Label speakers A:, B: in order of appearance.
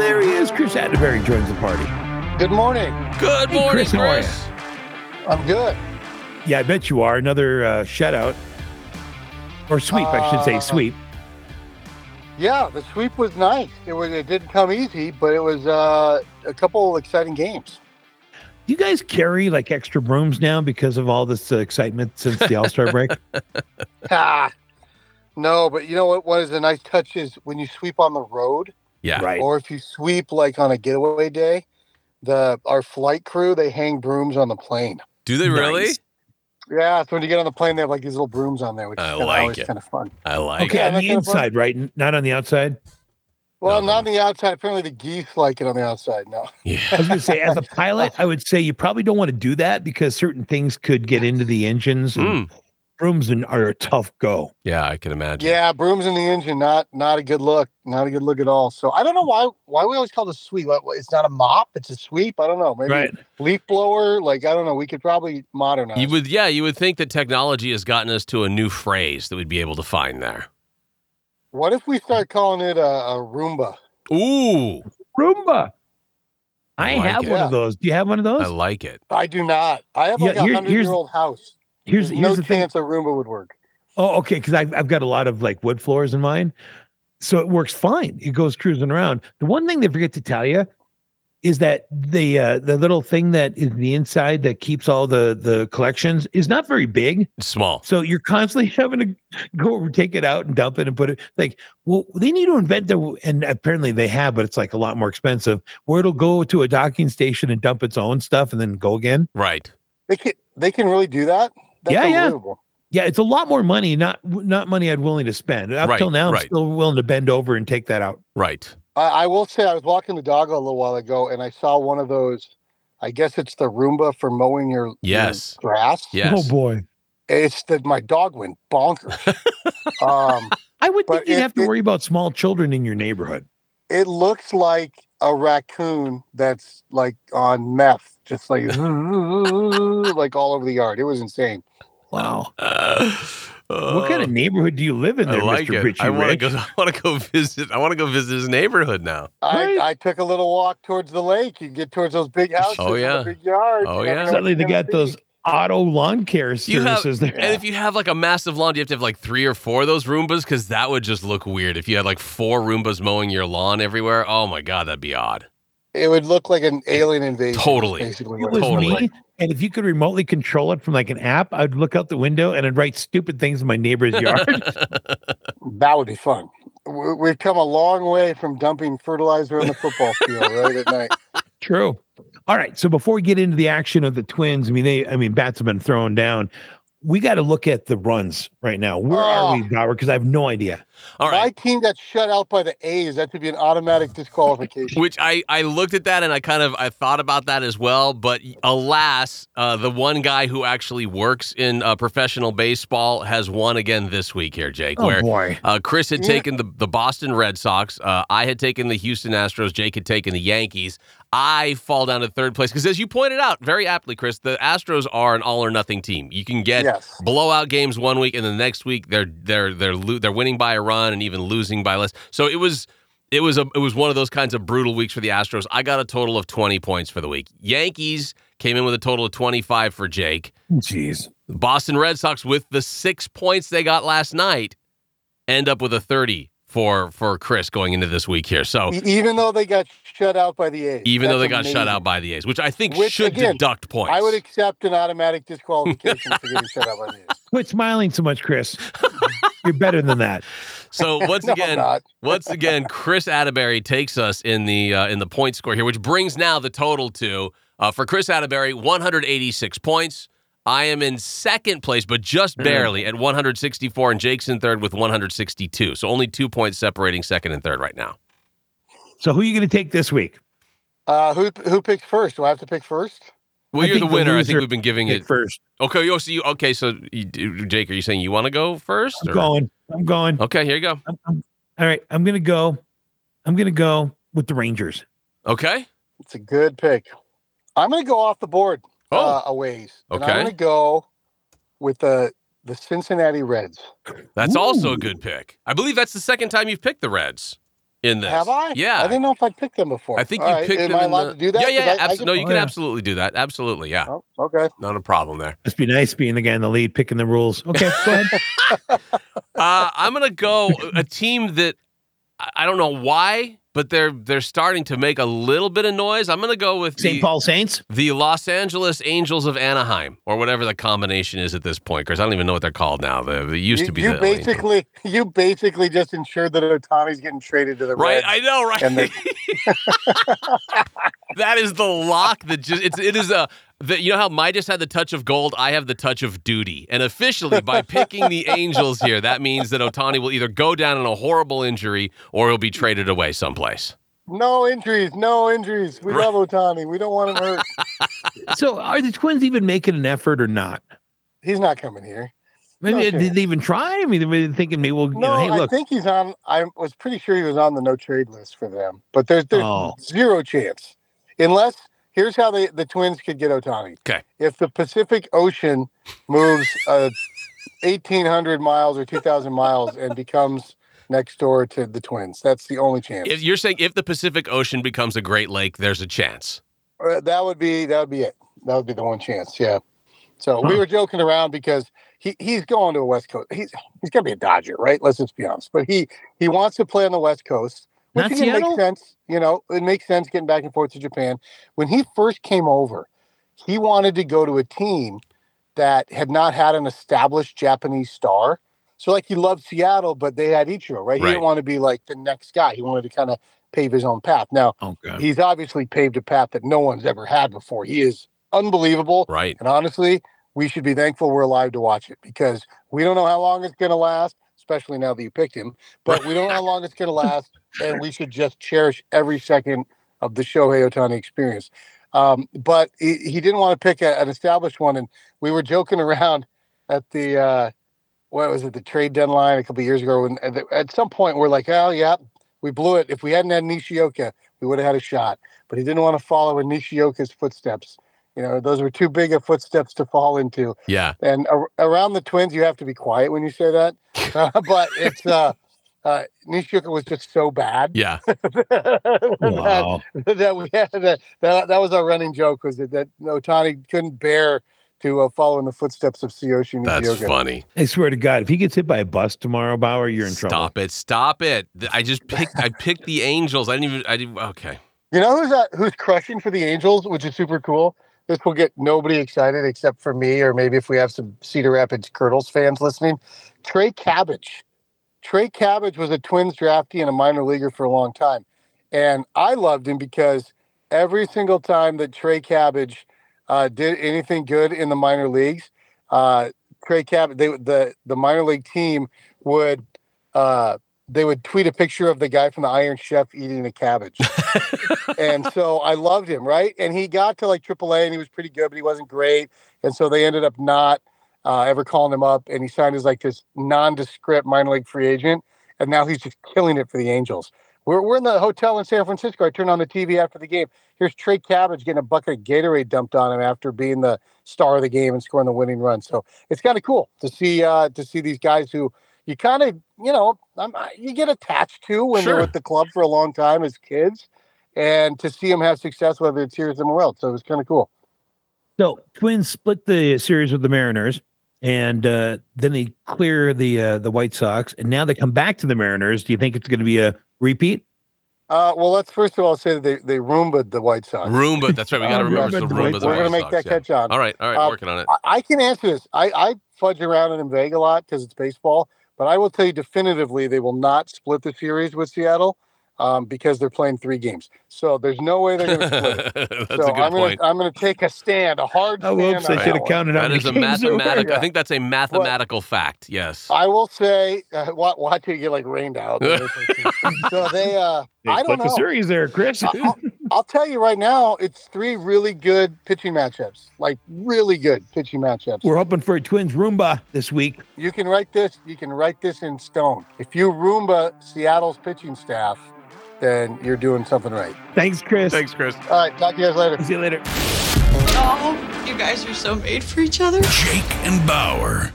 A: Chris Attenberry joins the party.
B: Good morning.
C: Good morning,
A: Chris, how are
C: Chris.
B: I'm good.
A: Yeah, I bet you are. Another uh, shout out or sweep, I should say,
B: Uh,
A: sweep.
B: Yeah, the sweep was nice. It was. It didn't come easy, but it was uh, a couple exciting games.
A: Do you guys carry like extra brooms now because of all this uh, excitement since the All Star break?
B: Ha! Ah, No, but you know what? One of the nice touches when you sweep on the road,
C: Yeah.
A: Right.
B: or if you sweep like on a getaway day, the our flight crew they hang brooms on the plane.
C: Do they really?
A: Nice.
B: Yeah, so when you get on the plane, they have like these little brooms on there, which
C: I
B: is
C: like
B: always
C: it.
B: kind of fun.
C: I like
A: Okay,
B: Yeah,
A: on
B: that
A: the
B: kind of fun.
A: inside, right? N- Not on the outside.
B: Well,
C: No,
B: not on the outside. Apparently, the geese like it on the outside. No.
C: it.
A: I
C: Yeah.
A: was going to say, as a pilot, I would say you probably don't want to do that because certain things could get into the engines. And
C: Mm.
A: Brooms and are a tough go.
C: Yeah, I can imagine.
B: Yeah, brooms in the engine, not not a good look, not a good look at all. So I don't know why why we always call it a sweep. What- what- It's not a mop, it's a sweep. I don't know. Maybe leaf blower. Like I don't know. We could probably modernize.
C: You would, yeah, you would think that technology has gotten us to a new phrase that we'd be able to find there.
B: what if we start calling it a, a Roomba?
C: Ooh,
A: Roomba. I,
C: Oh, I like
A: have
C: it.
A: one
B: Yeah.
A: of those. Do you have one of those?
C: I like it.
B: I do not. I have like
A: Yeah,
B: a
A: here-
B: hundred
A: here's-
B: year old house.
A: here's
B: There's
A: here's
B: no
A: the thing.
B: chance a Roomba would work.
A: Oh, okay. Because I've, I've got a lot of like wood floors in mine. So it works fine. It goes cruising around. The one thing they forget to tell you is that the uh, the little thing that is the inside that keeps all the the collections is not very big.
C: It's small.
A: So you're constantly having to go over, take it out and dump it and put it like, well, they need to invent the, and apparently they have, but it's like a lot more expensive where it'll go to a docking station and dump its own stuff and then go again.
C: Right.
B: They can they can really do that. That's
A: Yeah, yeah.
B: unbelievable.
A: Yeah, it's a lot more money, not not money I'd willing to spend. Up
C: Right,
A: till now, I'm
C: right.
A: still willing to bend over and take that out.
C: Right.
B: I, I will say I was walking the dog a little while ago and I saw one of those. I guess it's the Roomba for mowing your your
C: Yes.
B: grass.
C: Yes.
A: Oh boy,
B: It's that my dog went bonkers. um,
A: I would
B: But
A: think you'd
B: it-
A: have to
B: it-
A: worry about small children in your neighborhood.
B: it looks like a raccoon that's like on meth, just like like all over the yard. It was insane.
A: Wow,
C: Uh,
A: what kind of neighborhood do you live in,
C: I
A: there,
C: like
A: Mister
C: it.
A: Richie
C: I want to
A: Rich?
C: go. I want to go visit. I want to go visit his neighborhood now.
B: I,
A: Right.
B: I took a little walk towards the lake. You get towards those big houses,
C: Oh,
B: and
C: yeah.
B: the big yards.
C: Oh,
B: and
C: yeah.
B: everyone's
A: Suddenly they
B: gonna
A: got those
B: be-
A: auto lawn care
C: You have-
A: services there.
C: And if you have like a massive lawn, do you have to have like three or four of those Roombas? Because that would just look weird if you had like four Roombas mowing your lawn everywhere. Oh my god, that'd be odd.
B: It would look like an alien invasion.
C: Totally.
B: basically.
A: If it
B: what
A: was
C: Totally.
A: me, and if you could remotely control it from like an app, I'd look out the window and I'd write stupid things in my neighbor's yard.
B: That would be fun. We- We've come a long way from dumping fertilizer on the football field right at night.
A: True. All right. So before we get into the action of the Twins, I mean, they, I mean, bats have been thrown down. We got to look at the runs right now. Where are we, Bauer? Because I have no idea.
C: All
B: My
C: right.
B: team got shut out by the A's. That should be an automatic disqualification.
C: Which I I looked at that and I kind of I thought about that as well. But alas, uh, the one guy who actually works in uh, professional baseball has won again this week here, Jake.
A: Oh
C: where
A: boy.
C: Uh, Chris had
B: Yeah.
C: taken the, the Boston Red Sox. Uh, I had taken the Houston Astros. Jake had taken the Yankees. I fall down to third place because, as you pointed out very aptly, Chris, the Astros are an all or nothing team. You can get
B: yes.
C: blowout games one week, and the next week they're they're they're lo- they're winning by a run and even losing by less. So it was it was a it was one of those kinds of brutal weeks for the Astros. I got a total of twenty points for the week. Yankees came in with a total of twenty five for Jake.
A: Jeez.
C: The Boston Red Sox with the six points they got last night end up with a 30 for for Chris going into this week here. So
B: E- Even though they got shut out by the A's.
C: even though
B: That's
C: they got shut
B: amazing.
C: out by the A's, which I think
B: Which,
C: should
B: again,
C: deduct points.
B: I would accept an automatic disqualification for getting shut out by the A's.
A: Quit smiling so much, Chris. You're better than that.
C: so once
B: No, I'm
C: again,
B: not.
C: once again, Chris Atterbury takes us in the uh, in the point score here, which brings now the total to uh, for Chris Atterbury 186 points. I am in second place, but just barely at 164, and Jake's in third with 162. So only two points separating second and third right now.
A: So who are you going to take this week?
B: Uh, who who picks first? Do I have to pick first?
C: Well,
A: I
C: you're the
A: think the
C: winner. I think
A: loser
C: we've been giving
A: Pick
C: it.
A: first.
C: Okay, yo, so you okay? So, you, Jake, are you saying you want to go first?
A: I'm
C: or-
A: going. I'm going.
C: Okay, here you go.
A: I'm- I'm- all right. I'm going to go. I'm going to go with the Rangers.
C: Okay.
B: It's a good pick. I'm going to go off the board
C: Oh,
B: uh, a ways. And I'm
C: Okay.
B: going to go with the the Cincinnati Reds.
C: that's also
A: ooh.
C: a good pick. I believe that's the second time you've picked the Reds. in this.
B: Have I?
C: Yeah.
B: I didn't know if I picked them before.
C: I think
B: All
C: you
B: right,
C: picked
B: Am
C: them
B: I
C: in
B: allowed
C: the-
B: to do that?
C: Yeah, yeah,
B: 'Cause I-
C: yeah.
B: I
C: abs-
B: can-
C: no, you
A: Oh,
C: can
A: yeah.
C: absolutely do that. Absolutely, yeah.
B: Oh, okay.
C: Not a problem there.
A: Must be nice being the guy in the lead picking the rules. Okay, go ahead.
C: Uh, I'm gonna go a team that I I don't know why, but they're they're starting to make a little bit of noise. I'm gonna go with the,
A: St. Paul Saints.
C: the Los Angeles Angels of Anaheim, or whatever the combination is at this point, Chris. I don't even know what they're called now. They, they used
B: you,
C: to be
B: you
C: the
B: basically you basically just ensured that Otani's getting traded to the
C: Right,
B: Reds.
C: I know, right?
B: And
C: that is the lock that just it's it is a the, you know how Midas had the touch of gold, I have the touch of duty. And officially by picking the Angels here, that means that Otani will either go down in a horrible injury or he'll be traded away someplace.
B: no injuries, no injuries. We
C: Right.
B: love Otani. We don't want him hurt.
A: So are the Twins even making an effort or not?
B: He's not coming here.
A: Maybe
B: Okay.
A: did they even try? I mean, they were thinking maybe we'll. you
B: No,
A: know, hey,
B: I
A: look,
B: think he's on. I was pretty sure he was on the no trade list for them, but there's, there's
A: Oh.
B: zero chance unless here's how they, the Twins could get Otani.
C: 'Kay.
B: If the Pacific Ocean moves uh, 1,800 miles or 2,000 miles and becomes next door to the Twins, that's the only chance.
C: If you're saying if the Pacific Ocean becomes a great lake, there's a chance.
B: Uh, that would be that would be it. That would be the one chance. Yeah. So we
A: Huh.
B: were joking around because he, he's going to a West Coast. He's he's gonna be a Dodger, right? Let's just be honest. But he he wants to play on the West Coast, which
A: Not
B: again
A: Seattle?
B: makes sense. You know, it makes sense getting back and forth to Japan. When he first came over, he wanted to go to a team that had not had an established Japanese star. So like he loved Seattle, but they had Ichiro, right? He
C: Right.
B: didn't want to be like the next guy. He wanted to kind of pave his own path. Now
A: okay,
B: he's obviously paved a path that no one's ever had before. He is unbelievable.
C: Right.
B: And honestly, we should be thankful we're alive to watch it because we don't know how long it's going to last, especially now that you picked him, but we don't know how long it's going to last. And we should just cherish every second of the Shohei Otani experience. Um, but he, he didn't want to pick a, an established one. And we were joking around at the, uh, what was it, the trade deadline a couple of years ago. And at- at some point, we're like, oh, yeah, we blew it. If we hadn't had Nishioka, we would have had a shot. But he didn't want to follow in Nishioka's footsteps. You know, those were too big of footsteps to fall into.
C: Yeah.
B: And ar- around the twins, you have to be quiet when you say that. but it's uh, uh, Nishioka was just so bad
C: Yeah.
B: that,
A: wow,
B: that we had that, that that was our running joke was that, that Otani couldn't bear to uh, follow in the footsteps of Tsuyoshi
C: That's
B: Nishioka.
C: funny.
A: I swear to God, if he gets hit by a bus tomorrow, Bauer, you're in
C: Stop
A: trouble.
C: it. Stop it. Th- I just picked I picked the Angels. I didn't even I didn't okay.
B: You know who's uh, who's crushing for the Angels, which is super cool. This will get nobody excited except for me, or maybe if we have some Cedar Rapids Turtles fans listening. Trey Cabbage. Trey Cabbage was a Twins draftee and a minor leaguer for a long time, and I loved him because every single time that Trey Cabbage uh, did anything good in the minor leagues, uh, Trey Cabbage, they, the the minor league team would. Uh, they would tweet a picture of the guy from the Iron Chef eating a cabbage and so I loved him, right? And he got to like AAA and he was pretty good, but he wasn't great. And so they ended up not uh, ever calling him up. And he signed as like this nondescript minor league free agent. And now he's just killing it for the Angels. We're, we're in the hotel in San Francisco. I turned on the TV after the game. Here's Trey Cabbage getting a bucket of Gatorade dumped on him after being the star of the game and scoring the winning run. So it's kind of cool to see uh, to see these guys who you kind of you know I'm, I- you get attached to when
C: Sure.
B: they're with the club for a long time as kids, and to see them have success whether it's here or somewhere else. So it was kind of cool.
A: So Twins split the series with the Mariners, and uh, then they clear the uh, the White Sox, and now they come back to the Mariners. Do you think it's going to be a repeat?
B: Uh, well, let's first of all say that they they roomba'd the White Sox. Um,
C: Roomba. That's right. We gotta
A: Oh,
C: remember
A: yeah.
C: it's the
A: We're
C: Roomba.
B: We're
C: that
B: going to
C: White
B: make
C: Sox,
B: that
C: yeah.
B: catch on.
C: All right, all right,
B: Um,
C: working on it.
B: I, I can answer this. I, I fudge around and invag a lot because it's baseball, but I will tell you definitively they will not split the series with Seattle um, because they're playing three games. So there's no way they're going to split it.
C: That's
B: so
C: a good
B: I'm gonna,
C: point.
B: I'm going to take a stand, a hard
A: Oh,
B: stand.
A: whoops!
B: on
A: I
B: that
A: should have
B: one.
A: counted on
C: That
A: the
C: is a
A: games over.
C: mathematical. I
B: yeah.
C: think that's a mathematical fact. Yes.
B: I will say, uh, wa- watch it get like rained out. so they, uh,
A: They
B: I
A: split
B: don't
A: the
B: know.
A: series there, Chris.
B: I- I'll, I'll tell you right now, it's three really good pitching matchups, like really good pitching matchups.
A: We're hoping for a Twins Roomba this week.
B: You can write this. You can write this in stone. If you Roomba Seattle's pitching staff, then you're doing something right.
A: Thanks, Chris.
C: Thanks, Chris.
B: All right, talk to you guys later.
A: See you later.
D: Oh, you guys are so made for each other.
E: Jake and Bauer.